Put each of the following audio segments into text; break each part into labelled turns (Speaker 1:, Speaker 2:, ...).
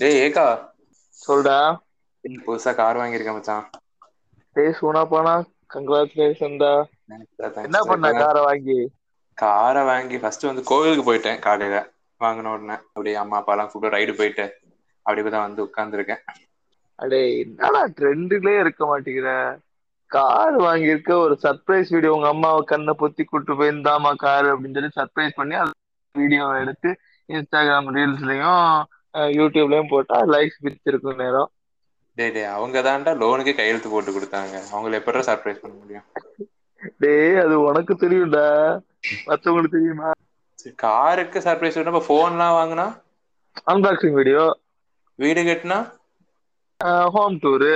Speaker 1: டேய் ஏக்கா
Speaker 2: சொல்டா
Speaker 1: இன்னைக்கு புதுசா கார் வாங்கியிருக்கேன் மச்சான்
Speaker 2: டேய் சூனா போனா கங்க்ராச்சுலேஷன்டா என்ன பண்ண காரை வாங்கி
Speaker 1: காரை வாங்கி ஃபர்ஸ்ட் வந்து கோவிலுக்கு போயிட்டேன் காலையில வாங்கின உடனே அப்படியே அம்மா அப்பா எல்லாம் கூப்பிட்டு ரைடு போயிட்டு அப்படியே தான் வந்து உட்கார்ந்துருக்கேன்
Speaker 2: அடே என்னடா ட்ரெண்டுலயே இருக்க மாட்டேங்கிற கார் வாங்கியிருக்க ஒரு சர்ப்ரைஸ் வீடியோ உங்க அம்மாவை கண்ணை பொத்தி கூட்டு போயிருந்தாமா கார் அப்படின்னு சொல்லி சர்ப்ரைஸ் பண்ணி அந்த வீடியோவை எடுத்து இன்ஸ்டாகிராம் ரீல்ஸ்லயும் யூடியூப்லயும் போட்டா லைக்ஸ் பிடிச்சிருக்கும் நேரம்
Speaker 1: டேய் டேய் அவங்க தான்டா லோனுக்கு கையெழுத்து போட்டு கொடுத்தாங்க அவங்கள எப்படா சர்ப்ரைஸ் பண்ண முடியும்
Speaker 2: டேய் அது உனக்கு தெரியும்டா மத்தவங்களுக்கு தெரியுமா
Speaker 1: சரி, காருக்கு சர்ப்ரைஸ் விட இப்போ ஃபோன்லாம் வாங்கினா
Speaker 2: அன்பாக்சிங் வீடியோ
Speaker 1: வீடு கட்டினா
Speaker 2: ஹோம் டூரு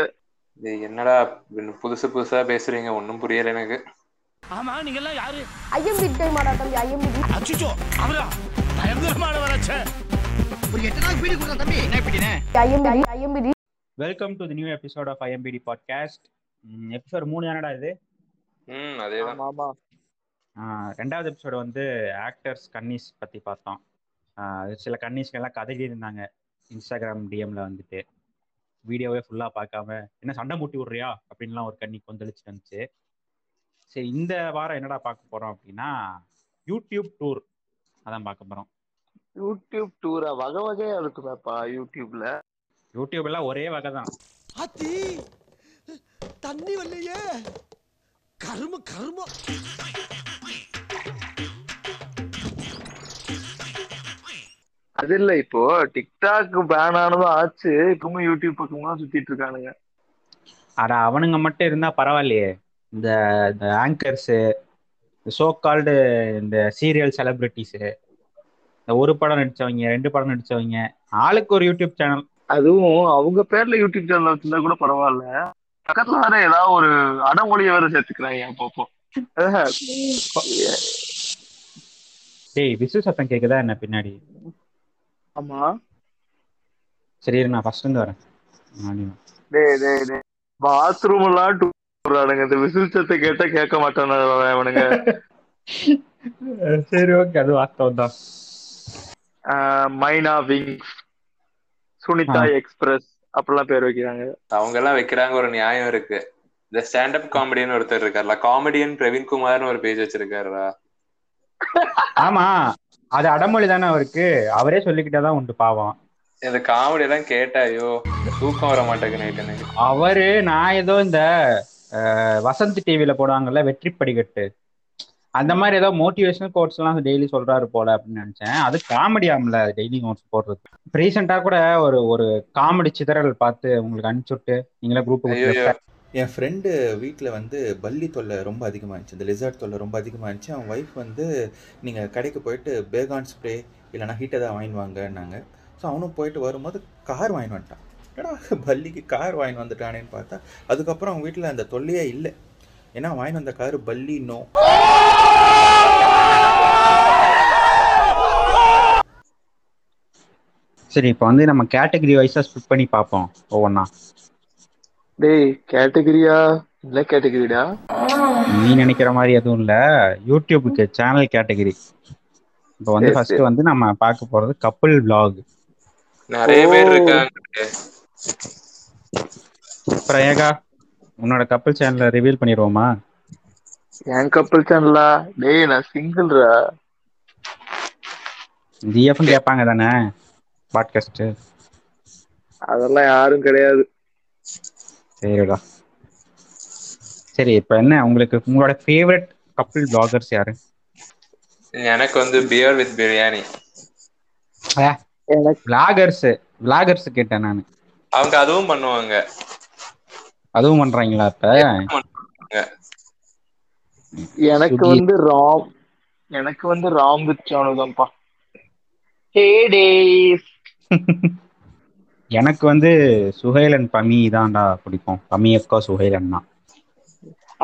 Speaker 1: டேய் என்னடா இன்னும் புதுசு புதுசா பேசுறீங்க ஒன்றும் புரியல எனக்கு
Speaker 3: ஆமா நீங்க எல்லாம் யாரு
Speaker 4: ஐஎம்பி டைம் ஆடா தம்பி ஐஎம்பி
Speaker 3: அச்சுச்சோ அவரா பயங்கரமான வராச்சே
Speaker 4: IMP IMP
Speaker 5: welcome to the new episode of IMPDT podcast episode மூணு தானடா இது
Speaker 1: ம் அதே தான்
Speaker 2: ஆமா ஆமா
Speaker 5: ஆ, ரெண்டாவது எபிசோடு வந்து ஆக்டர்ஸ் கன்னிஸ் பற்றி பார்த்தோம் ஆ, சில கன்னிஸ்கெல்லாம் கதறி இருந்தாங்க இன்ஸ்டாகிராம் டிஎம்ல வந்துட்டு வீடியோவே ஃபுல்லாக பார்க்காம என்ன சண்டை மூட்டி விடுறியா அப்படின்லாம் ஒரு கன்னி கொந்தளிச்சு வந்துச்சு சரி இந்த வாரம் என்னடா பார்க்க போகிறோம் அப்படின்னா யூடியூப் டூர் அதான் பார்க்க போகிறோம்
Speaker 2: யூடியூப் டூரா வகை வகையா இருக்குமேப்பா யூடியூப்ல
Speaker 5: யூடியூப் எல்லாம் ஒரே வகை தான்
Speaker 6: ஆத்தி தண்ணி வரலையே கரும கரும
Speaker 2: அது இல்ல இப்போ டிக்டாக் பேன் ஆனதும் ஆச்சு இப்பவும் யூடியூப் பக்கமா சுத்திட்டு இருக்கானுங்க
Speaker 5: அட அவனுங்க மட்டும் இருந்தா பரவாயில்லையே இந்த இந்த ஆங்கர்ஸு சோ கால்டு இந்த சீரியல் செலிபிரிட்டிஸு இந்த ஒரு படம் நடிச்சவங்க ரெண்டு படம் நடிச்சவங்க ஆளுக்கு ஒரு யூடியூப் சேனல்
Speaker 2: அதுவும் அவங்க பேர்ல யூடியூப் சேனல் வச்சிருந்தா கூட பரவாயில்ல பக்கத்துல வேற ஏதாவது ஒரு அடமொழியை வேற சேர்த்துக்கிறாங்க அப்பப்போ ஆஹா.
Speaker 5: டேய் விசு சத்தம் கேக்குதா என்ன பின்னாடி
Speaker 2: ஆமா
Speaker 5: சரி இரு, நான் ஃபர்ஸ்ட் இருந்து வரேன் நானே வரேன்.
Speaker 2: டேய் டேய் டேய் பாத்ரூம் எல்லாம் டூ போடுறானுங்க இந்த விசில் சத்தம் கேட்டா கேட்க மாட்டானு அவனுங்க
Speaker 5: சரி ஓகே அது வாஸ்தவம் தான்
Speaker 2: ஆஹ், மைனா விங்ஸ் சுனிதா எக்ஸ்பிரஸ் அப்படிலாம் பேர் வைக்கிறாங்க
Speaker 1: அவங்க எல்லாம் வைக்கிறாங்க ஒரு நியாயம் இருக்கு இந்த ஸ்டாண்டப் காமெடின்னு ஒருத்தர் இருக்காருல காமெடியன் பிரவீன் குமார்னு ஒரு பேஜ் வச்சிருக்காருடா
Speaker 5: ஆமா அது அடமொழி தானே அவருக்கு அவரே சொல்லிக்கிட்டே தான் உண்டு பாவம்
Speaker 1: இந்த காமெடி எல்லாம் கேட்டா ஐயோ தூக்கம் வர மாட்டேங்குது night எனக்கு
Speaker 5: அவரு நான் ஏதோ இந்த அஹ், வசந்த் டிவில போடுவாங்கல்ல வெற்றி படிக்கட்டு அந்த மாதிரி ஏதோ மோட்டிவேஷனல் கோட்ஸ் எல்லாம் டெய்லி சொல்றாரு போல அப்படின்னு நினைச்சேன் அது காமெடி ஆம்ல டெய்லி நோட்ஸ் போடுறது ரீசெண்டா கூட ஒரு ஒரு காமெடி சிதறல் பார்த்து உங்களுக்கு அனுப்பிச்சுட்டு நீங்களே
Speaker 1: ஐயோ
Speaker 5: குரூப்
Speaker 7: என் ஃப்ரெண்டு வீட்டில் வந்து பல்லி தொல்லை ரொம்ப அதிகமாக இருந்துச்சு இந்த lizard தொல்லை ரொம்ப அதிகமாக இருந்துச்சு அவன் ஒய்ஃப் வந்து நீங்கள் கடைக்கு போயிட்டு பேகான் ஸ்ப்ரே இல்லைனா ஹீட்டை தான் வாங்கி வாங்கன்னாங்க ஸோ அவனும் போயிட்டு வரும்போது கார் வாங்கி வந்துட்டான் என்னடா பல்லிக்கு கார் வாங்கி வந்துட்டானேன்னு பார்த்தா அதுக்கப்புறம் அவங்க வீட்டில் அந்த தொல்லையே இல்லை ஏன்னா வாங்கி வந்த கார் பல்லி நோ
Speaker 5: சரி இப்போ வந்து நம்ம கேட்டகரி வைஸா ஸ்பிட் பண்ணி பார்ப்போம் ஒவ்வொன்றா
Speaker 2: டேய் கேட்டகிரியா இல்ல கேட்டகிரிடா
Speaker 5: நீ நினைக்கிற மாதிரி எதுவும் இல்ல யூடியூபுக்கு சேனல் கேட்டகரி இப்போ வந்து
Speaker 2: சரி,
Speaker 5: ஃபர்ஸ்ட்
Speaker 2: சரி.
Speaker 5: வந்து நம்ம பார்க்க போறது கப்புள் vlog
Speaker 1: நிறைய பேர்
Speaker 2: ஓ.
Speaker 1: இருக்காங்க
Speaker 5: பிரயகா உன்னோட கப்பல் சேனலை ரிவீல் பண்ணிடுவோமா
Speaker 2: என் கப்பல் சேனலா டேய் நான் சிங்கிள்ரா
Speaker 5: ஜிஎஃப்னு கேட்பாங்க தானே பாட்காஸ்ட்
Speaker 2: அதெல்லாம் யாரும் கிடையாது
Speaker 5: சரிடா சரி இப்போ என்ன உங்களுக்கு உங்களோட ஃபேவரட் கப்பிள் பிளாகர்ஸ் யாரு
Speaker 1: எனக்கு வந்து பியர் வித் பிரியாணி
Speaker 2: எனக்கு
Speaker 5: பிளாகர்ஸ் பிளாகர்ஸ் கேட்டேன் நான்
Speaker 1: அவங்க அதுவும் பண்ணுவாங்க
Speaker 5: அதுவும் பண்றாங்களா இப்ப
Speaker 2: எனக்கு
Speaker 5: சுஜி.
Speaker 2: வந்து ராம் எனக்கு வந்து ராம் வித் சானு தான்ப்பா ஹே டேஸ்
Speaker 5: எனக்கு வந்து சுஹேலன் பமி தான்டா பிடிக்கும் பமி அக்கா சுஹேலன் தான்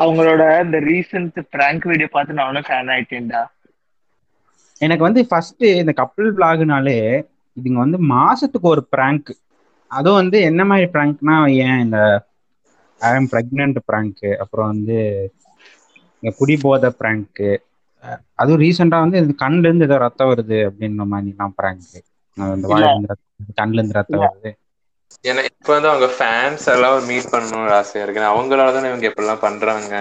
Speaker 2: அவங்களோட இந்த ரீசன்ட் பிராங்க் வீடியோ பார்த்து நானும் ஃபேன் ஆயிட்டேன்டா
Speaker 5: எனக்கு வந்து ஃபர்ஸ்ட் இந்த கப்பிள் பிளாக்னாலே இதுங்க வந்து மாசத்துக்கு ஒரு prank அதுவும் வந்து என்ன மாதிரி ப்ராங்க்னா ஏன் இந்த ஐ எம் ப்ரெக்னென்ட் ப்ராங்க் அப்புறம் வந்து இந்த குடிபோத ப்ராங்க் அதுவும் ரீசெண்டாக வந்து இந்த கண்ணுல இருந்து ஏதோ ரத்தம் வருது அப்படின்ற மாதிரிலாம் ப்ராங்க் அந்த வாயில இருந்து ரத்தம், கண்ணுல இருந்து ரத்தம் வருது
Speaker 1: ஏன்னா இப்ப வந்து அவங்க ஃபேன்ஸ் எல்லாம் மீட் பண்ணணும்னு ஆசையா இருக்கு அவங்களால தானே இவங்க எப்படிலாம் பண்றாங்க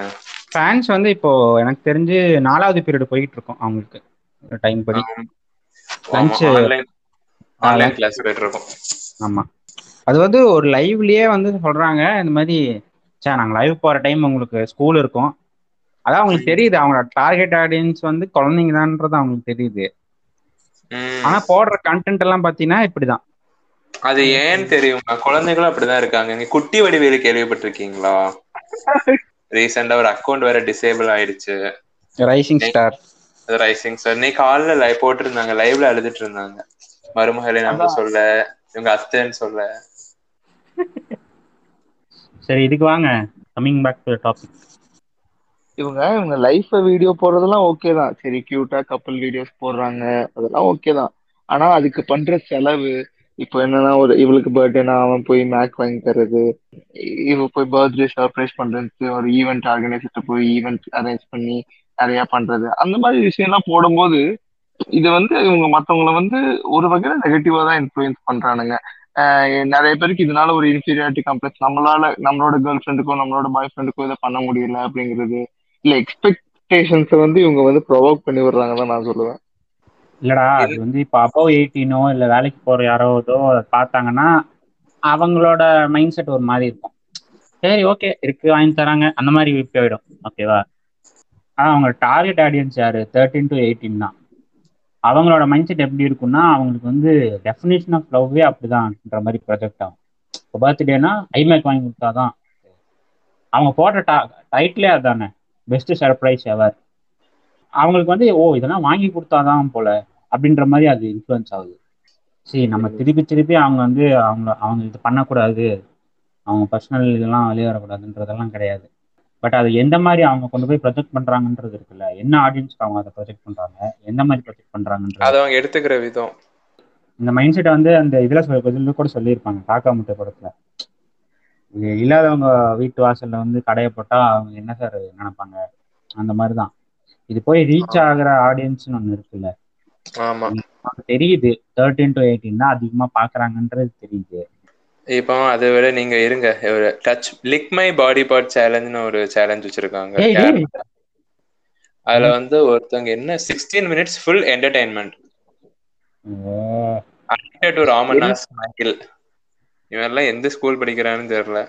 Speaker 5: ஃபேன்ஸ் வந்து இப்போ எனக்கு தெரிஞ்சு நாலாவது பீரியட் போயிட்டு இருக்கோம் அவங்களுக்கு டைம் படி Lunch-
Speaker 1: ஆன்லைன் ஆன்லைன் கிளாஸ் போயிட்டு இருக்கோம்
Speaker 5: ஆமா அது வந்து ஒரு லைவ்லயே வந்து சொல்றாங்க இந்த மாதிரி சே நாங்க லைவ் போற டைம் உங்களுக்கு ஸ்கூல் இருக்கும் அதான் அவங்களுக்கு தெரியுது அவங்களோட டார்கெட் ஆடியன்ஸ் வந்து குழந்தைங்க தான்றது அவங்களுக்கு தெரியுது
Speaker 1: உம்.
Speaker 5: ஆனா போடுற கண்டென்ட் எல்லாம் பாத்தீங்கன்னா இப்படிதான்
Speaker 1: அது ஏன்னு தெரியுமா குழந்தைகளும் அப்படிதான் இருக்காங்க நீங்க குட்டி வடிவேலு கேள்விப்பட்டிருக்கீங்களா ரீசெண்டா ஒரு அக்கௌண்ட் வேற டிசேபிள் ஆயிடுச்சு
Speaker 5: ரைசிங் ஸ்டார்
Speaker 1: அது ரைசிங் சார் இன்னைக்கு காலைல லைவ் போட்டிருந்தாங்க லைவ்ல அழுதுட்டு இருந்தாங்க மருமகளை நம்ம சொல்ல இவங்க அத்தைன்னு சொல்ல
Speaker 5: சரி இதுக்கு வாங்க கம்மிங் பேக் டு டாபிக்
Speaker 2: இவங்க இவங்க லைஃப்ல வீடியோ போடுறதெல்லாம் ஓகே தான் சரி கியூட்டா கப்பல் வீடியோஸ் போடுறாங்க அதெல்லாம் ஓகே தான் ஆனா அதுக்கு பண்ற செலவு இப்போ என்னன்னா ஒரு இவளுக்கு பர்த்டேனா அவன் போய் மேக் வாங்கி தர்றது இ- இவ போய் பர்த்டே சர்ப்ரைஸ் பண்றது ஒரு ஈவெண்ட் ஆர்கனைசர் போய் ஈவெண்ட் அரேஞ்ச் பண்ணி நிறைய பண்றது அந்த மாதிரி விஷயம்லாம் போடும்போது இது வந்து இவங்க மத்தவங்கள வந்து ஒரு வகையில நெகட்டிவா தான் இன்ஃப்ளூயன்ஸ் பண்றானுங்க அஹ் நிறைய பேருக்கு இதனால ஒரு இன்ஃபீரியாரிட்டி காம்ப்ளெக்ஸ் நம்மளால நம்மளோட கேர்ள் ஃப்ரெண்டுக்கோ நம்மளோட பாய் ஃப்ரெண்டுக்கோ இதை பண்ண முடியல அப்படிங்கிறது இல்ல எக்ஸ்பெக்டேஷன்ஸ் வந்து இவங்க வந்து ப்ரொவோக் பண்ணி விடுறாங்க தான் நான் சொல்லுவேன்
Speaker 5: இல்லடா அது வந்து இப்போ அபவ் எயிட்டீனோ இல்ல வேலைக்கு போற யாரோ இதோ அதை பார்த்தாங்கன்னா அவங்களோட மைண்ட் செட் ஒரு மாதிரி இருக்கும் சரி ஓகே இருக்கு வாங்கி தராங்க அந்த மாதிரி போயிடும் ஓகேவா ஆனா அவங்க டார்கெட் ஆடியன்ஸ் யாரு தேர்ட்டின் டு எயிட்டீன் தான் அவங்களோட மைண்ட் செட் எப்படி இருக்கும்னா அவங்களுக்கு வந்து டெஃபினேஷன் ஆஃப் லவ்வே அப்படிதான்ன்ற மாதிரி ப்ரொஜெக்ட் ஆகும் இப்போ பர்த்டேனா ஐமேக் வாங்கி கொடுத்தாதான் அவங்க போடுற டா டைட்டிலே அதானே பெஸ்ட் சர்ப்ரைஸ் எவர் அவங்களுக்கு வந்து ஓ இதெல்லாம் வாங்கி கொடுத்தாதான் போல அப்படின்ற மாதிரி அது இன்ஃப்ளூயன்ஸ் ஆகுது சரி நம்ம திருப்பி திருப்பி அவங்க வந்து அவங்க அவங்க இது பண்ணக்கூடாது அவங்க பர்சனல் இதெல்லாம் வெளியே வரக்கூடாதுன்றதெல்லாம் கிடையாது பட் அது எந்த மாதிரி அவங்க கொண்டு போய் ப்ரொஜெக்ட் பண்றாங்கன்றது இருக்குல்ல என்ன ஆடியன்ஸ்க்கு அவங்க அதை ப்ரொஜெக்ட் பண்றாங்க எந்த மாதிரி ப்ரொஜெக்ட்
Speaker 1: அது
Speaker 5: பண்றாங்கன்றது
Speaker 1: அவங்க எடுத்துக்கிற விதம்
Speaker 5: இந்த மைண்ட் செட்டை வந்து அந்த இதுல சொல்ல இதுல கூட சொல்லியிருப்பாங்க காக்கா முட்டை படத்துல இது இல்லாதவங்க வீட்டு வாசல்ல வந்து கடையை போட்டா அவங்க என்ன சார் நினைப்பாங்க அந்த மாதிரி தான் இது போய் ரீச் ஆகுற ஆடியன்ஸ்னு ஒன்று இருக்குல்ல
Speaker 1: ஆமா
Speaker 5: அது தெரியுது தேர்ட்டின் டு எயிட்டீன் தான் அதிகமா பாக்குறாங்கன்றது தெரியுது
Speaker 1: இப்போ அதை விட நீங்க இருங்க ஒரு touch lick my body part சேலஞ்சுன்னு ஒரு சேலஞ்ச் வச்சிருக்காங்க
Speaker 5: ஏய்,
Speaker 1: யாரு?
Speaker 5: டேய்,
Speaker 1: அதுல வந்து ஒருத்தவங்க என்ன sixteen minutes full entertainment
Speaker 5: O,
Speaker 1: admitted to ராமநாஸ் சாகில் இவன்லாம் எந்த ஸ்கூல் படிக்கிறான்னு தெரியல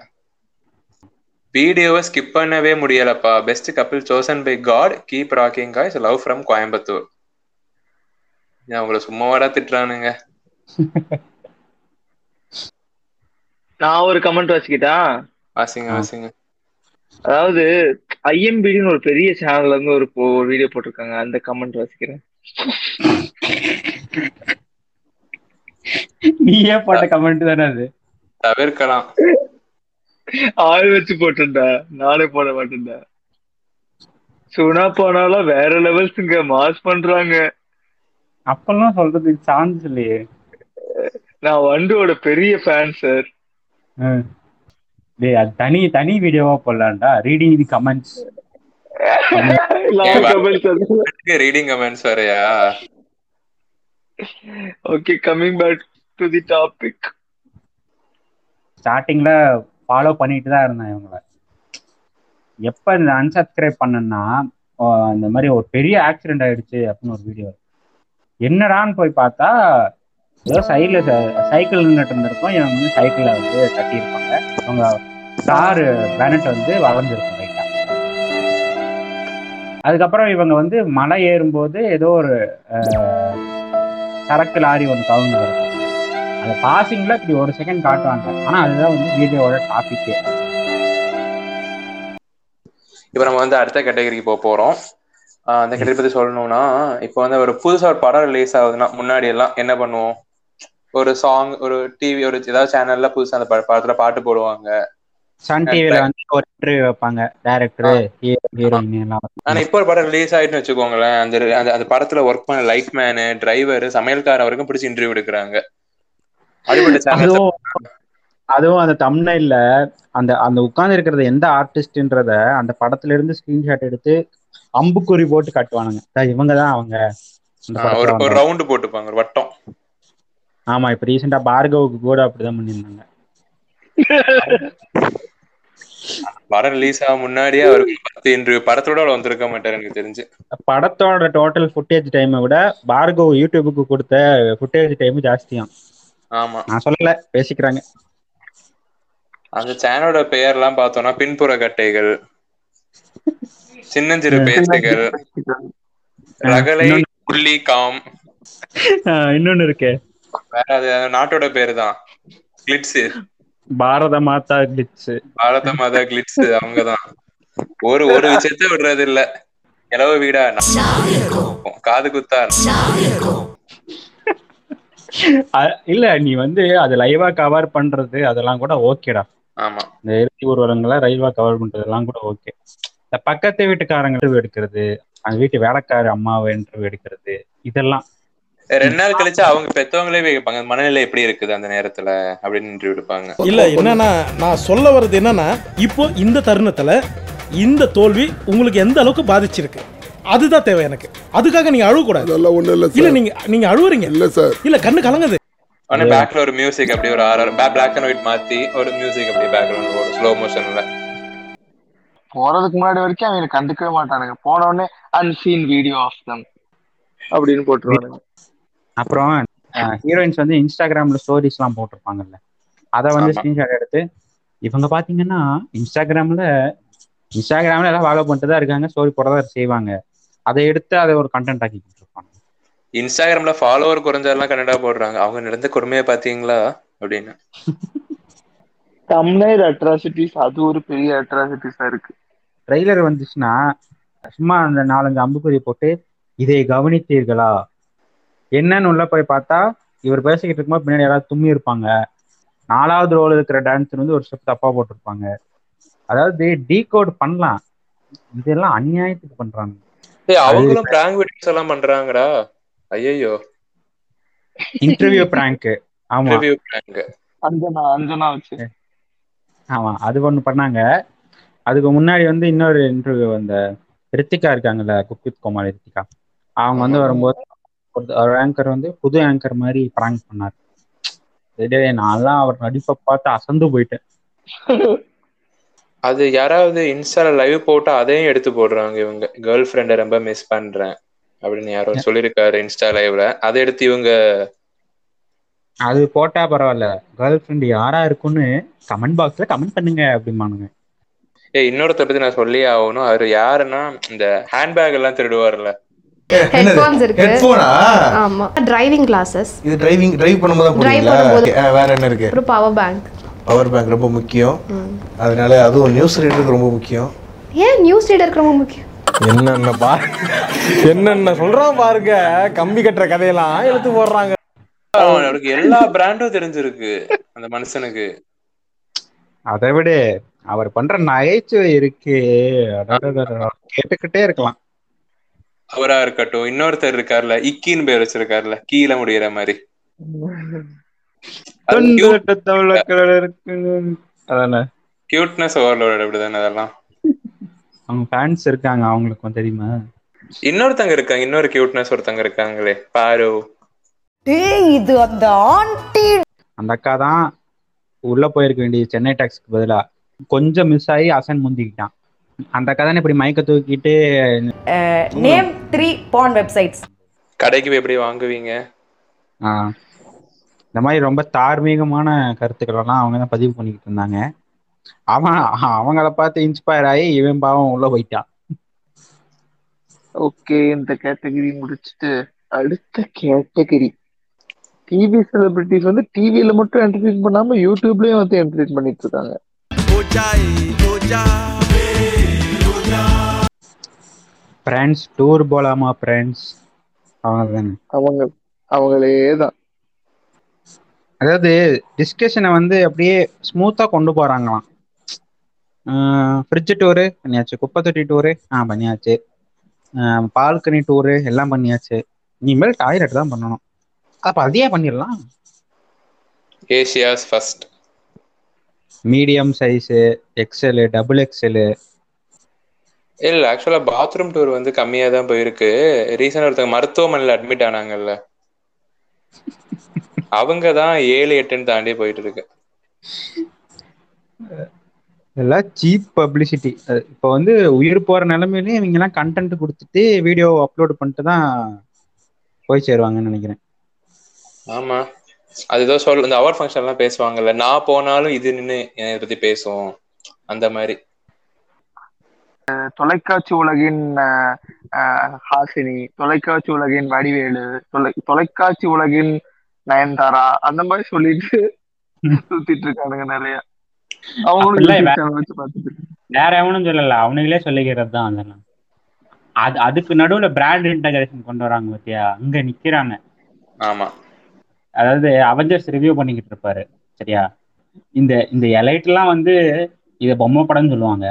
Speaker 1: வீடியோவை ஸ்கிப் பண்ணவே முடியலப்பா best couple chosen by God keep rocking guys love from Coimbatore ஏன் அவங்கள சும்மாவாடா திட்டுறானுங்க
Speaker 2: நான் ஒரு கமெண்ட் வச்சுக்கிட்டா
Speaker 1: ஆசிங்க ஆசிங்க
Speaker 2: அதாவது ஐஎம்பிடின்னு ஒரு பெரிய சேனல்ல இருந்து ஒரு வீடியோ போட்டிருக்காங்க அந்த கமெண்ட் வச்சுக்கிறேன்
Speaker 5: நீயே போட்ட கமெண்ட் தானே அது
Speaker 1: தவிர்க்கலாம்
Speaker 2: ஆள் வச்சு போட்டுண்டா நானே போட மாட்டேன்டா சுனா போனாலும் வேற லெவல்ஸுங்க மாஸ் பண்றாங்க
Speaker 5: அப்பெல்லாம் சொல்றதுக்கு சான்ஸ் இல்லையே
Speaker 2: நான் வண்டுவோட பெரிய ஃபேன் சார்
Speaker 5: ம். டேய் அது தனி தனி வீடியோவா போடலாம்டா ரீடிங் தி கமெண்ட்ஸ்
Speaker 1: ஏய்,
Speaker 2: நான்
Speaker 1: வா.
Speaker 2: கமெண்ட்
Speaker 1: ரீடிங் கமெண்ட்ஸ் வரையா
Speaker 2: okay coming back to the topic
Speaker 5: ஸ்டார்டிங்ல ஃபாலோ பண்ணிட்டு தான் இருந்தேன் இவங்கள எப்ப இந்த அன்சப்ஸ்கிரைப் பண்ணேன்னா ஆ, இந்த மாதிரி ஒரு பெரிய ஆக்சிடென்ட் ஆயிடுச்சு அப்படின்னு ஒரு வீடியோ என்னடான்னு போய் பார்த்தா ஏதோ சைட்ல சைக்கிள் நின்றுட்டு இருந்திருக்கும் இவங்க வந்து சைக்கிள்ல வந்து கட்டியிருப்பாங்க அவங்க காரு பேனட் வந்து வளர்ந்துருக்கும் ரைட்டா அதுக்கப்புறம் இவங்க வந்து மலை ஏறும்போது ஏதோ ஒரு ஆ, சரக்கு லாரி ஒன்று கவுந்து வரும் அது பாசிங்ல இப்படி ஒரு செகண்ட் காட்டுவாங்க ஆனா அதுதான் வந்து வீடியோவோட டாபிக்கே
Speaker 1: இப்போ நம்ம வந்து அடுத்த கேட்டகரிக்கு போக போறோம் ஆஹ் அந்த கேட்டகரி பத்தி சொல்லணும்னா இப்போ வந்து ஒரு புதுசா ஒரு படம் ரிலீஸ் ஆகுதுன்னா முன்னாடி எல்லாம் என்ன பண்ணுவோம் ஒரு சாங் ஒரு டிவி ஒரு ஏதாவது சேனல்ல புதுசா அந்த பட- படத்துல பாட்டு போடுவாங்க
Speaker 5: சன் டிவில வந்து ஒரு இன்டர்வியூ வைப்பாங்க டேரக்டர் ஹீரோ ஹீரோயின் எல்லாம்
Speaker 1: ஆனா இப்போ ஒரு படம் ரிலீஸ் ஆயிட்டுன்னு வச்சுக்கோங்களேன் அந்த அந்த அந்த படத்துல ஒர்க் பண்ண லைட் மேனு டிரைவர் சமையல்காரன் வரைக்கும் பிடிச்சி இன்டர்வியூ எடுக்கிறாங்க அடிபட்ட சேனல்
Speaker 5: அதுவும் அதுவும் அந்த தமிழ்ல அந்த அந்த உட்கார்ந்து இருக்கிறது எந்த ஆர்டிஸ்ட்ன்றத அந்த படத்துல இருந்து ஸ்கிரீன்ஷாட் எடுத்து அம்புக்குறி போட்டு காட்டுவானுங்க இவங்க தான் அவங்க அந்த
Speaker 1: ஒரு
Speaker 5: படத்துல
Speaker 1: ஒரு
Speaker 5: வந்தவங்க.
Speaker 1: ரவுண்டு போட்டுப்பாங்க ஒரு வட்டம்
Speaker 5: ஆமா இப்ப ரீசெண்டா பார்கவுக்கு கூட அப்படிதான் பண்ணியிருந்தாங்க
Speaker 1: படம் ரிலீஸ் ஆக முன்னாடியே அவருக்கு பத்து இன்று படத்தோட அவர் வந்திருக்க மாட்டார் எனக்கு தெரிஞ்சு
Speaker 5: படத்தோட டோட்டல் ஃபுட்டேஜ் டைமை விட பார்கவ் யூடியூபுக்கு கொடுத்த ஃபுட்டேஜ் டைம் ஜாஸ்தியாம்
Speaker 1: ஆமா
Speaker 5: நான் சொல்லல பேசிக்கிறாங்க
Speaker 1: அந்த சேனலோட பெயர் எல்லாம் பார்த்தோம்னா பின்புற கட்டைகள் சின்னஞ்சிறு பேச்சுகள் ரகலை புள்ளி காம்
Speaker 5: இன்னொன்னு இருக்கு
Speaker 1: வேற அது நாட்டோட பேரு தான் கிளிட்ஸ்
Speaker 5: பாரத மாதா கிளிச்
Speaker 1: பாரத மாதா கிளிட்ஸ் அவங்கதான் ஒரு ஒரு விஷயத்த விடுறது இல்ல இலவ வீடா நான் காது குத்தா
Speaker 5: இல்ல நீ வந்து அது லைவா கவர் பண்றது அதெல்லாம் கூட ஓகேடா
Speaker 1: ஆமா
Speaker 5: இந்த இறுதி ஊர்வலங்களை லைவா கவர் பண்றதெல்லாம் கூட ஓகே இந்த பக்கத்து வீட்டுக்காரங்க interview எடுக்கிறது அந்த வீட்டு வேலைக்கார அம்மாவை இன்டர்வியூ எடுக்கிறது இதெல்லாம்
Speaker 1: ரெண்டு நாள் கழிச்சு அவங்க பெத்தவங்களே கேட்பாங்க மனநிலை எப்படி இருக்குது அந்த நேரத்துல அப்படின்னு இன்டர்வியூ எடுப்பாங்க
Speaker 8: இல்ல என்னன்னா நான் சொல்ல வர்றது என்னன்னா இப்போ இந்த தருணத்துல இந்த தோல்வி உங்களுக்கு எந்த அளவுக்கு பாதிச்சிருக்கு அதுதான் தேவை எனக்கு அதுக்காக நீங்க அழுவ கூடாது
Speaker 9: அதெல்லாம் ஒண்ணும் இல்ல
Speaker 8: இல்ல
Speaker 9: சார்
Speaker 8: நீங்க நீங்க அழுவுறீங்க
Speaker 9: இல்ல சார்
Speaker 8: இல்ல கண்ணு கலங்குது
Speaker 1: ஆனா பேக்ல ஒரு மியூசிக் அப்படி ஒரு ஆறு பிளாக் அண்ட் ஒயிட் மாத்தி ஒரு மியூசிக் அப்படி பேக்ரவுண்ட் ஒரு ஸ்லோ மோஷன்ல
Speaker 2: போறதுக்கு முன்னாடி வரைக்கும் அவங்க கண்டுக்கவே மாட்டானுங்க போன உடனே அன்சீன் வீடியோ ஆஃப் தம் அப்படின்னு போட்டுருவானுங்க
Speaker 5: அப்புறம் ஹீரோயின்ஸ் வந்து இன்ஸ்டாகிராம்ல ஸ்டோரிஸ் எல்லாம் போட்டிருப்பாங்கல்ல அதை வந்து
Speaker 1: ஆமா.
Speaker 5: ஸ்கிரீன்ஷாட் எடுத்து இவங்க பாத்தீங்கன்னா இன்ஸ்டாகிராம்ல இன்ஸ்டாகிராம்ல எல்லாம் ஃபாலோ பண்ணிட்டு தான் இருக்காங்க ஸ்டோரி போடதான் செய்வாங்க அதை எடுத்து அதை ஒரு கண்டென்ட் ஆக்கி இருப்பாங்க
Speaker 1: இன்ஸ்டாகிராம்ல ஃபாலோவர் குறைஞ்சாலாம் கன்னடா போடுறாங்க அவங்க நடந்த கொடுமையை பாத்தீங்களா அப்படின்னு
Speaker 2: தம்னைல் அட்ராசிட்டிஸ் அது ஒரு பெரிய அட்ராசிட்டிஸா இருக்கு
Speaker 5: ட்ரெய்லர் வந்துச்சுன்னா சும்மா அந்த நாலஞ்சு அம்புக்குறி போட்டு இதை கவனித்தீர்களா என்னன்னு உள்ள போய் பார்த்தா இவர் பேசிக்கிட்டு இருக்கும்போது பின்னாடி யாராவது தும்மி இருப்பாங்க நாலாவது ரோல் இருக்கிற டான்ஸர் வந்து ஒரு ஸ்டெப் தப்பா போட்டிருப்பாங்க அதாவது டீகோட் பண்ணலாம் இதெல்லாம் அநியாயத்துக்கு பண்றாங்க
Speaker 1: ஏய் அவங்களும் பிராங்க் வீடியோஸ் எல்லாம் பண்றாங்கடா ஐயோ
Speaker 5: இன்டர்வியூ பிராங்க் ஆமா
Speaker 1: ரிவ்யூ பிராங்க்
Speaker 2: அஞ்சனா அஞ்சனா வச்சு
Speaker 5: ஆமா அது ஒண்ணு பண்ணாங்க அதுக்கு முன்னாடி வந்து இன்னொரு இன்டர்வியூ அந்த ரித்திகா இருக்காங்கல்ல குக்வித் குமார் ரித்திகா அவங்க வந்து வரும்போது ஒரு- ஒரு ஆங்கர் வந்து புது ஆங்கர் மாதிரி பிராங்க் பண்ணார் டேய், நான்லாம் அவர் நடிப்பை பார்த்து அசந்து போயிட்டேன்
Speaker 1: அது யாராவது இன்ஸ்டால லைவ் போட்டா அதையும் எடுத்து போடுறாங்க இவங்க கேர்ள் ஃப்ரெண்டை ரொம்ப மிஸ் பண்றேன் அப்படின்னு யாரோ சொல்லியிருக்காரு இன்ஸ்டா லைவ்ல அதை எடுத்து இவங்க
Speaker 5: அது போட்டா பரவாயில்ல கேர்ள் ஃப்ரெண்ட் யாரா இருக்கும்னு கமெண்ட் பாக்ஸ்ல கமெண்ட் பண்ணுங்க அப்படிம்பானுங்க
Speaker 1: ஏய் இன்னொருத்த பத்தி நான் சொல்லியே ஆகணும் அவர் யாருன்னா இந்த ஹேண்ட்பேக் எல்லாம் திருடுவார்ல
Speaker 4: Headphones இருக்கு.
Speaker 10: ஹெட்ஃபோனா
Speaker 4: ஆமா டிரைவிங் கிளாஸஸ்
Speaker 10: இது டிரைவிங் டிரைவ் பண்ணும்போது தான் போடுவீங்களா
Speaker 4: பண்ணும்போது.
Speaker 10: Okay, ஆ, வேற என்ன இருக்கு
Speaker 4: அப்புறம் பவர் பேங்க்
Speaker 10: பவர் பேங்க் ரொம்ப முக்கியம் அதனால அதுவும் நியூஸ் ரீடருக்கு ரொம்ப முக்கியம்
Speaker 4: ஏன் நியூஸ் ரீடர் ரொம்ப முக்கியம்
Speaker 10: என்னென்ன பா என்னென்ன சொல்றான் பாருங்க கம்பி கட்டுற கதையெல்லாம் எடுத்து போடுறாங்க
Speaker 1: அவன் அவருக்கு எல்லா பிராண்டும் தெரிஞ்சிருக்கு அந்த மனுஷனுக்கு
Speaker 5: அதை விட அவர் பண்ற நகைச்சுவை இருக்கு அடடடடட. கேட்டுக்கிட்டே இருக்கலாம்
Speaker 1: அவரா இருக்கட்டும் இன்னொருத்தர் இருக்கார்ல இக்கின்னு பேர் வச்சிருக்காருல கீழே முடியிற மாதிரி
Speaker 5: அதான
Speaker 1: கியூட்னஸ் ஓவர்லோட் அப்படிதானே அதெல்லாம்
Speaker 5: அவங்க ஃபேன்ஸ் இருக்காங்க அவங்களுக்கும் தெரியுமா
Speaker 1: இன்னொருத்தங்க இருக்காங்க இன்னொரு கியூட்னஸ் ஒருத்தங்க இருக்காங்களே பாரு
Speaker 4: இது அந்த ஆண்டி
Speaker 5: அந்த அக்கா தான் உள்ள போயிருக்க வேண்டிய சென்னை டாக்ஸ்க்கு பதிலா கொஞ்சம் மிஸ் ஆகி அசன் முந்திக்கிட்டான் அந்த அக்கா தானே இப்படி மயக்க தூக்கிட்டு
Speaker 11: நேம் த்ரீ பான் வெப்சைட்ஸ்
Speaker 1: கடைக்கு போய் எப்படி வாங்குவீங்க
Speaker 5: ஆஹ், இந்த மாதிரி ரொம்ப தார்மீகமான கருத்துக்கள் எல்லாம் அவங்க தான் பதிவு பண்ணிக்கிட்டு இருந்தாங்க அவன் அவங்கள பார்த்து இன்ஸ்பயர் ஆகி இவன் பாவம் உள்ள போயிட்டான்
Speaker 2: ஓகே இந்த கேட்டகரி முடிச்சிட்டு அடுத்த கேட்டகரி டிவி செலிபிரிட்டிஸ் வந்து டிவியில மட்டும் என்டர்டெயின் பண்ணாம யூடியூப்லயும் வந்து என்டர்டெயின் பண்ணிட்டு இருக்காங்க
Speaker 5: பிரான்ஸ் டூர் போலாமா பிரான்ஸ் அவங்க தானே
Speaker 2: அவங்க அவங்களே தான்
Speaker 5: அதாவது டிஸ்கஷனை வந்து அப்படியே ஸ்மூத்தா கொண்டு போறாங்களாம் ஃப்ரிட்ஜ் டூரு பண்ணியாச்சு குப்பை தொட்டி டூரு ஆ பண்ணியாச்சு பால்கனி டூரு எல்லாம் பண்ணியாச்சு இனிமேல் டாய்லெட் தான் பண்ணணும் அப்ப அதையே பண்ணிடலாம்
Speaker 1: Asia's first
Speaker 5: medium size XL double XL
Speaker 1: இல்ல ஆக்சுவலா பாத்ரூம் டூர் வந்து கம்மியா தான் போயிருக்கு ரீசெண்டா ஒருத்தங்க மருத்துவமனையில அட்மிட் ஆனாங்கல்ல அவங்க தான் ஏழு எட்டுன்னு தாண்டி போயிட்டு இருக்கு
Speaker 5: எல்லாம் சீப் பப்ளிசிட்டி இப்போ வந்து உயிர் போகிற நிலமையிலே இவங்கெல்லாம் கண்டென்ட் கொடுத்துட்டு வீடியோ அப்லோட் பண்ணிட்டு தான் போய் சேருவாங்கன்னு நினைக்கிறேன்
Speaker 1: ஆமா அதுதான் சொல்ல இந்த அவார்ட் ஃபங்க்ஷன் எல்லாம் பேசுவாங்கல்ல நான் போனாலும் இது நின்னு என்னை பத்தி பேசும் அந்த மாதிரி
Speaker 2: அஹ் தொலைக்காட்சி உலகின் அஹ், அஹ், ஹாசினி தொலைக்காட்சி உலகின் வடிவேலு தொலை தொலைக்காட்சி உலகின் நயன்தாரா அந்த மாதிரி சொல்லிட்டு சுத்திட்டு இருக்கானுங்க நிறைய அவங்களும்
Speaker 5: அப்படிலாம்
Speaker 2: YouTube
Speaker 5: வே-
Speaker 2: channel வச்சு பார்த்துட்டு இருக்காங்க.
Speaker 5: வேற எவனும் சொல்லல அவனுங்களே சொல்லிக்கிறது தான் அதெல்லாம் அது அதுக்கு நடுவுல பிராண்ட் இன்டகிரேஷன் கொண்டு வராங்க பாத்தியா அங்க நிக்கிறாங்க
Speaker 1: ஆமா
Speaker 5: அதாவது அவெஞ்சர்ஸ் ரிவ்யூ பண்ணிக்கிட்டு இருப்பாரு சரியா இந்த இந்த எலைட்லாம் வந்து இதை பொம்மை படம்னு சொல்லுவாங்க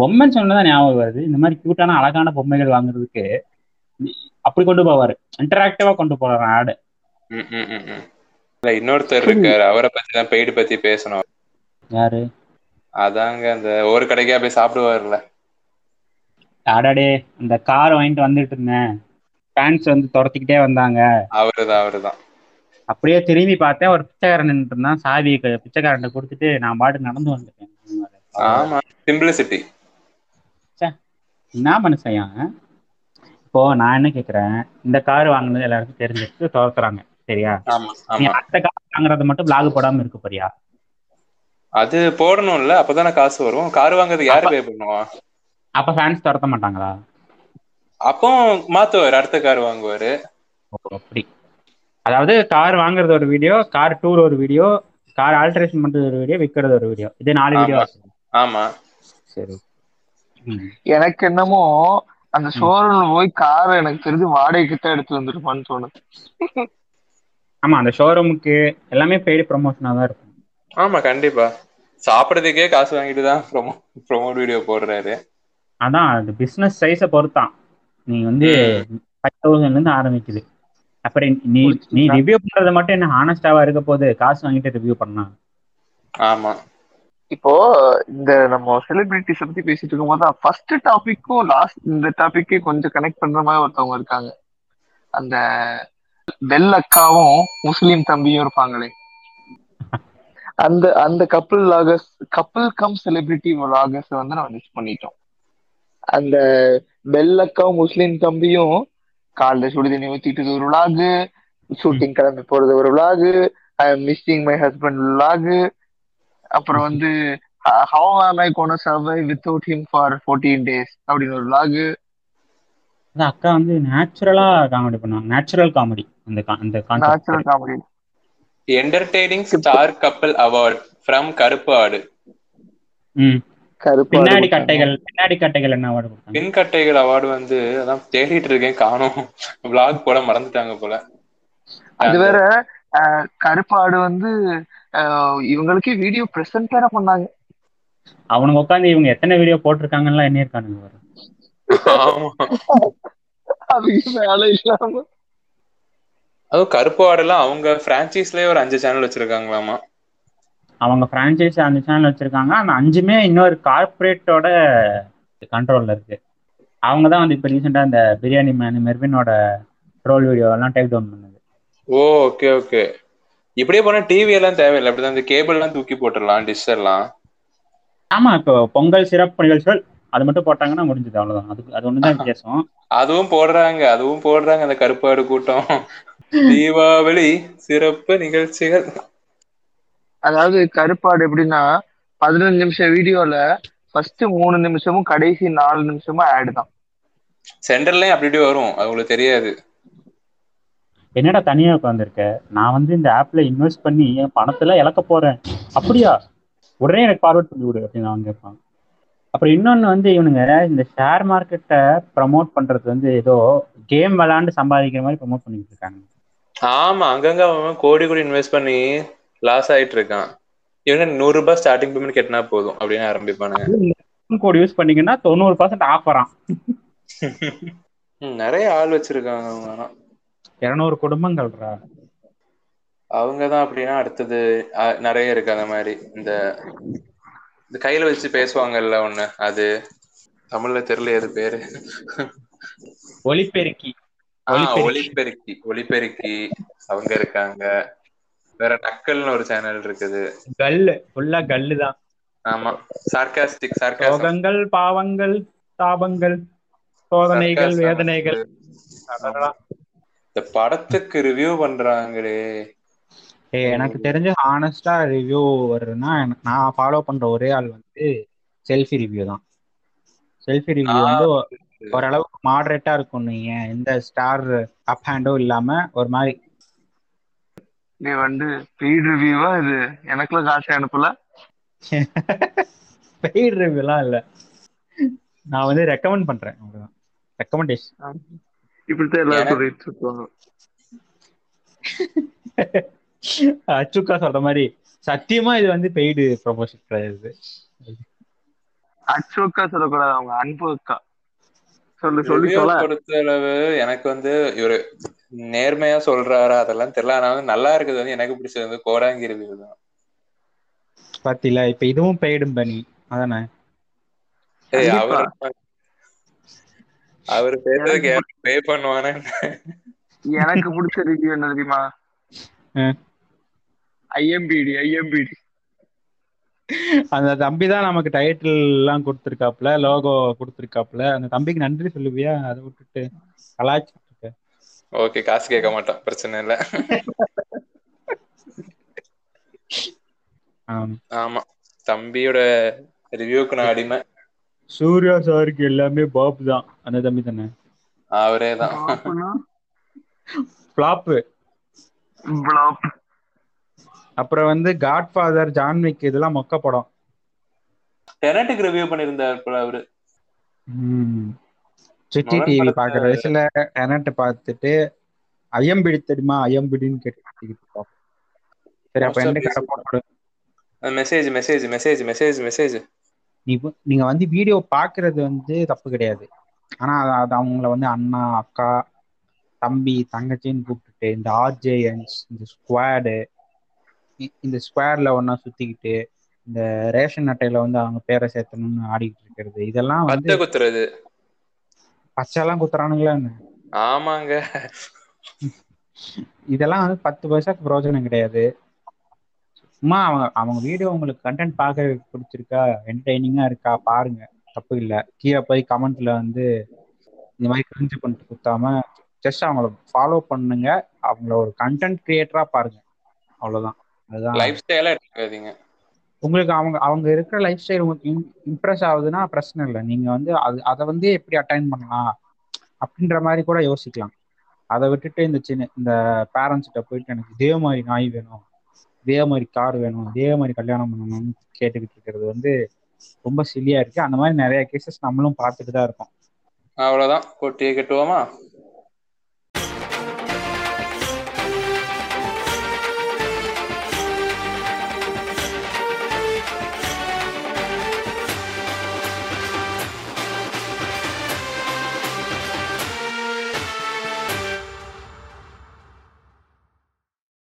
Speaker 5: பொம்மைன்னு சொன்னதான் ஞாபகம் வருது இந்த மாதிரி கியூட்டான அழகான பொம்மைகள் வாங்குறதுக்கு அப்படி கொண்டு போவாரு இன்டராக்டிவா கொண்டு போறாரு ஆடு
Speaker 1: ம், ம், ம், ம். இல்ல இன்னொருத்தர் இருக்காரு அவரை பத்தி தான் பெய்டு பத்தி பேசணும்
Speaker 5: யாரு
Speaker 1: அதாங்க அந்த ஒரு கடைக்கா போய் சாப்பிடுவாருல்ல
Speaker 5: ஆடாடே இந்த கார் வாங்கிட்டு வந்துட்டு இருந்தேன் ஃபேன்ஸ் வந்து துரத்திக்கிட்டே வந்தாங்க
Speaker 1: அவருதான் அவருதான்
Speaker 5: அப்படியே திரும்பி பார்த்தேன் ஒரு பிச்சைக்காரன் நின்றுட்டு இருந்தான் சாவி க- பிச்சைக்காரன்ட்ட கொடுத்துட்டு நான் பாட்டு நடந்து வந்துட்டேன்
Speaker 1: ஆமா சிம்பிளிசிட்டி
Speaker 5: என்ன மனுஷன் இப்போ நான் என்ன கேக்குறேன் இந்த கார் வாங்கினது எல்லாருக்கும் தெரிஞ்சிட்டு துரத்துறாங்க சரியா
Speaker 1: ஆமா
Speaker 5: நீ
Speaker 1: ஆமா
Speaker 5: அடுத்த கார் வாங்குறது மட்டும் vlog போடாம இருக்க போறியா
Speaker 1: அது போடணும்ல அப்பதானே காசு வரும் கார் வாங்குறது யாரு பே பண்ணுவா
Speaker 5: அப்ப ஃபேன்ஸ் துரத்த மாட்டாங்களா
Speaker 1: அப்போ மாத்துவாரு அடுத்த கார் வாங்குவாரு
Speaker 5: ஓ, அப்படி அதாவது கார் வாங்குறது ஒரு வீடியோ கார் டூர் ஒரு வீடியோ கார் ஆல்டரேஷன் பண்றது ஒரு வீடியோ விற்கிறது ஒரு வீடியோ இது நாலு வீடியோ
Speaker 1: ஆமா. ஆமா
Speaker 5: சரி
Speaker 2: எனக்கு என்னமோ அந்த ஷோரூம்ல போய் காரை எனக்கு தெரிஞ்சு வாடகைக்கு தான் எடுத்து வந்துருப்பான்னு தோணுது
Speaker 5: ஆமா அந்த ஷோரூமுக்கு எல்லாமே பெய்டு ப்ரொமோஷனா தான் இருக்கும்
Speaker 1: ஆமா கண்டிப்பா சாப்பிடறதுக்கே காசு வாங்கிட்டு தான் ப்ரொமோ ப்ரொமோட் வீடியோ போடுறாரு
Speaker 5: அதான் அது பிசினஸ் சைஸை பொறுத்தான் நீ வந்து ஃபைவ் தௌசண்ட்ல இருந்து ஆரம்பிக்குது அப்புறம் நீ நீ ரிவ்யூ பண்றது மட்டும் என்ன ஹானஸ்டாவா இருக்க போகுது காசு வாங்கிட்டு ரிவ்யூ பண்ணலாம்
Speaker 1: ஆமா
Speaker 2: இப்போ இந்த நம்ம செலிபிரிட்டிஸ் பத்தி பேசிட்டு இருக்கும்போது ஃபர்ஸ்ட் டாபிக்கும் லாஸ்ட் இந்த டாபிக்கே கொஞ்சம் கனெக்ட் பண்ற மாதிரி ஒருத்தவங்க இருக்காங்க அந்த பெல் அக்காவும் முஸ்லீம் தம்பியும் இருப்பாங்களே அந்த அந்த couple vloggers couple cum celebrity vloggers வந்து நம்ம மிஸ் பண்ணிட்டோம் அந்த பெல் அக்காவும் முஸ்லீம் தம்பியும் காலைல சுடுதண்ணி ஊத்திட்டு ஒரு விளாகு ஷூட்டிங் கிளம்பி போறது ஒரு vlog I missing my husband vlog அப்புறம் வந்து how am I gonna survive without him for fourteen days அப்படின்னு ஒரு vlog
Speaker 5: அதான் அக்கா வந்து நேச்சுரலா காமெடி பண்ணுவாங்க நேச்சுரல் காமெடி அந்த co- அந்த
Speaker 2: natural
Speaker 5: concept
Speaker 2: comedy
Speaker 1: entertaining star couple award from கருப்பு ஆடு
Speaker 5: ம்
Speaker 2: கருப்பு
Speaker 5: பின்னாடி
Speaker 2: ஆடு.
Speaker 5: கட்டைகள் பின்னாடி கட்டைகள் என்ன அவார்டு கொடுத்தாங்க
Speaker 1: பின் கட்டைகள் அவார்டு வந்து அதான் தேடிட்டு இருக்கேன் காணோம் vlog போட மறந்துட்டாங்க போல
Speaker 2: அது வேற அஹ், கருப்பாடு வந்து அஹ், இவங்களுக்கே வீடியோ பிரசன்ட் வேற பண்ணாங்க
Speaker 5: அவனுங்க உட்காந்து இவங்க எத்தனை வீடியோ போட்டிருக்காங்கலாம் என்ன இருக்கானுங்க வரும்
Speaker 1: ஆமா
Speaker 2: அதுக்கு வேலை இல்லாம
Speaker 1: அதுவும் கருப்பு ஆடுலாம் அவங்க பிரான்ச்சைஸ்லயே ஒரு அஞ்சு சேனல் வச்சிருக்காங்களாமா
Speaker 5: அவங்க பிரான்ச்சைஸ் அந்த சேனல் வச்சிருக்காங்க அந்த அஞ்சுமே இன்னொரு கார்ப்பரேட்டோட கண்ட்ரோல்ல இருக்கு அவங்க தான் வந்து இப்போ ரீசெண்டாக அந்த பிரியாணி மேன் மெர்வினோட ட்ரோல் வீடியோ எல்லாம் டேக் டவுன் பண்ணது
Speaker 1: ஓ ஓகே ஓகே இப்படியே போனா டிவி எல்லாம் தேவையில்லை அப்படிதான் இந்த கேபிள் எல்லாம் தூக்கி போட்டுடலாம் டிஷ் எல்லாம்
Speaker 5: ஆமா இப்போ பொங்கல் சிறப்பு நிகழ்ச்சிகள் அது மட்டும் போட்டாங்கன்னா முடிஞ்சது அவ்வளவுதான் அதுக்கு அது ஒண்ணுதான் வித்தியாசம்
Speaker 1: அதுவும் போடுறாங்க அதுவும் போடுறாங்க அந்த கருப்பாடு கூட்டம் தீபாவளி சிறப்பு நிகழ்ச்சிகள்
Speaker 2: அதாவது கருப்பாடு எப்படின்னா பதினஞ்சு நிமிஷம் வீடியோல ஃபர்ஸ்ட் மூணு நிமிஷமும் கடைசி நாலு நிமிஷமும் ஆடு தான்
Speaker 1: சென்டர்லயும் அப்படி இப்படி வரும் அது உங்களுக்கு தெரியாது
Speaker 5: என்னடா தனியா உட்காந்துருக்க நான் வந்து இந்த ஆப்ல இன்வெஸ்ட் பண்ணி என் பணத்துல இழக்க போறேன் அப்படியா உடனே எனக்கு ஃபார்வர்ட் பண்ணி விடு அப்படின்னு அவன் கேட்பான் அப்புறம் இன்னொன்னு வந்து இவனுங்க இந்த ஷேர் மார்க்கெட்டை ப்ரமோட் பண்றது வந்து ஏதோ கேம் விளையாண்டு சம்பாதிக்கிற மாதிரி ப்ரமோட் பண்ணிட்டு இருக்காங்க
Speaker 1: ஆமா அங்கங்க அவன் கோடி கோடி இன்வெஸ்ட் பண்ணி லாஸ் ஆயிட்டு இருக்கான் இவன் நூறு ரூபாய் ஸ்டார்டிங் பேமெண்ட் கட்டினா போதும் அப்படின்னு ஆரம்பிப்பானுங்க
Speaker 5: கோட் யூஸ் பண்ணீங்கன்னா தொண்ணூறு பர்சன்ட் ஆஃபரான்
Speaker 1: ம், நிறைய ஆள் வச்சிருக்காங்க அவங்க ஆனா
Speaker 5: இரநூறு குடும்பங்கள்ரா
Speaker 1: அவங்கதான் அப்படின்னா அடுத்தது அ, நிறைய இருக்கு அந்த மாதிரி இந்த இந்த கையில வச்சு பேசுவாங்கல்ல ஒண்ணு அது தமிழ்ல தெரியல அது பேரு
Speaker 5: ஒளிப்பெருக்கி
Speaker 1: ஆஹ்
Speaker 5: ஒலிபெருக்கி.
Speaker 1: ஒளிபெருக்கி ஒளிபெருக்கி அவங்க இருக்காங்க வேற டக்கல்னு ஒரு சேனல் இருக்குது
Speaker 5: கல்லு ஃபுல்லா கல்லு தான்
Speaker 1: ஆமா சார்காஸ்டிக் சார்காஸ்டிக்
Speaker 5: சோகங்கள் பாவங்கள் தாபங்கள் சோதனைகள்
Speaker 1: Sarcasm.
Speaker 5: வேதனைகள் அடடா.
Speaker 1: இந்த படத்துக்கு ரிவ்யூ பண்றாங்களே
Speaker 5: ஏய், எனக்கு தெரிஞ்சு ஹானஸ்டா ரிவ்யூ வருதுன்னா எனக்கு- நான் ஃபாலோ பண்ற ஒரே ஆள் வந்து செல்ஃபி ரிவ்யூ தான் செல்ஃபி ரிவ்யூ வந்து ஒ- ஓரளவுக்கு மாடரேட்டா இருக்கும் நீங்க எந்த ஸ்டார் அப் ஹேண்டோ இல்லாம ஒரு மாதிரி
Speaker 2: நீ வந்து ஃபீட் ரிவ்யூவா இது எனக்குலாம் காசு அனுப்பல
Speaker 5: பெய்ட் ரிவ்யூலாம் இல்ல நான் வந்து ரெக்கமெண்ட் பண்றேன் அவ்வளவுதான் ரெக்கமெண்டேஷன்
Speaker 2: இப்படித்தான் எல்லாரும் சொல்லிட்டு இருப்பாங்க
Speaker 5: அச்சுக்கா சொல்ற மாதிரி சத்தியமா இது வந்து பெய்டு ப்ரொமோஷன் கிடையாது
Speaker 2: அச்சோக்கா சொல்லக்கூடாது அவங்க அன்பு அக்கா சொல்லு சொல்லி
Speaker 1: Review
Speaker 2: சொல்ல
Speaker 1: பொறுத்த அளவு எனக்கு வந்து இவரு நேர்மையா சொல்றாரா அதெல்லாம் தெரியல ஆனா வந்து நல்லா இருக்குது வந்து எனக்கு பிடிச்சது வந்து கோடாங்கி ரிவ்யூ தான்
Speaker 5: பாத்தீங்களா இப்ப இதுவும் பெய்டும் பண்ணி அதானே
Speaker 1: ஏய்,
Speaker 5: கண்டிப்பா.
Speaker 1: அவரு அவரு பேசுறதுக்கு யாரும் பே பண்ணுவானே
Speaker 2: எனக்கு பிடிச்ச ரிவ்யூ என்ன தெரியுமா
Speaker 5: அஹ்.
Speaker 2: ஐஎம்பிடி ஐஎம்பிடி
Speaker 5: அந்த தம்பி தான் நமக்கு டைட்டில் எல்லாம் கொடுத்துருக்காப்ல லோகோ கொடுத்துருக்காப்ல அந்த தம்பிக்கு நன்றி சொல்லுவியா அதை விட்டுட்டு கலாய்ச்சிட்டு இருக்க
Speaker 1: ஓகே காசு கேட்க மாட்டான் பிரச்சனை இல்ல
Speaker 5: ஆம்.
Speaker 1: ஆமா தம்பியோட ரிவ்யூக்கு நான் அடிமை
Speaker 5: சூர்யா சாருக்கு எல்லாமே பாப் தான் அந்த தம்பி தானே
Speaker 1: அவரே தான்
Speaker 5: ஃப்ளாப்பு அப்புறம் வந்து காட்ஃபாதர் ஜான்விக் இதெல்லாம் மொக்க படம்
Speaker 1: டெனட்டுக்கு ரிவ்யூ பண்ணியிருந்தார் போல அவரு
Speaker 5: ம். சுட்டி
Speaker 1: மகன்
Speaker 5: டிவி
Speaker 1: படத்தை-
Speaker 5: பாக்குற வயசுல டெனட் பார்த்துட்டு ஐயம் பிடித்தடிமா ஐயம் பிடின்னு கேட்டு சரி அப்ப என்ன கடை போட்டு
Speaker 1: message message message message message
Speaker 5: நீ பு- நீங்க வந்து வீடியோ பாக்குறது வந்து தப்பு கிடையாது ஆனா அது- அது அவங்கள வந்து அண்ணா அக்கா தம்பி தங்கச்சின்னு கூப்பிட்டுட்டு இந்த ஆர்ஜேஎன்ஸ் இந்த ஸ்குவாடு இந்த ஸ்குவாட்ல ஒண்ணா சுத்திக்கிட்டு இந்த ரேஷன் அட்டையில வந்து அவங்க பேரை சேர்த்தணும்னு ஆடிக்கிட்டு இருக்கிறது இதெல்லாம் வந்து
Speaker 1: பத்த குத்துறது
Speaker 5: பச்சைலாம் குத்துறானுங்களா என்ன?
Speaker 1: ஆமாங்க
Speaker 5: இதெல்லாம் வந்து பத்து பைசாக்கு பிரயோஜனம் கிடையாது சும்மா அவங்க அவங்க வீடியோ உங்களுக்கு கண்டென்ட் பார்க்க பிடிச்சிருக்கா என்டர்டைனிங்கா இருக்கா பாருங்க தப்பு இல்லை கீழே போய் கமெண்ட்ல வந்து இந்த மாதிரி கிரிஞ்சு பண்ணிட்டு குத்தாம ஜஸ்ட் அவங்கள ஃபாலோ பண்ணுங்க அவங்கள ஒரு கண்டென்ட் கிரியேட்டரா பாருங்க அவ்வளவுதான் அதுதான்
Speaker 1: லைஃப் ஸ்டைலா எடுத்துக்காதீங்க
Speaker 5: உங்களுக்கு அவங்க அவங்க இருக்கிற லைஃப் ஸ்டைல் இம்ப்ரெஸ் ஆகுதுன்னா பிரச்சனை இல்லை நீங்க வந்து அது அதை வந்து எப்படி அட்டைன் பண்ணலாம் அப்படின்ற மாதிரி கூட யோசிக்கலாம் அதை விட்டுட்டு இந்த சின்ன இந்த parents கிட்ட போயிட்டு எனக்கு இதே மாதிரி நாய் வேணும் இதே மாதிரி கார் வேணும் இதே மாதிரி கல்யாணம் பண்ணணும்னு கேட்டுக்கிட்டு இருக்கிறது வந்து ரொம்ப சில்லியா இருக்கு அந்த மாதிரி நிறைய கேசஸ் நம்மளும் பார்த்துட்டு தான் இருக்கோம்
Speaker 1: அவ்வளவுதான் கொட்டியே கட்டுவோமா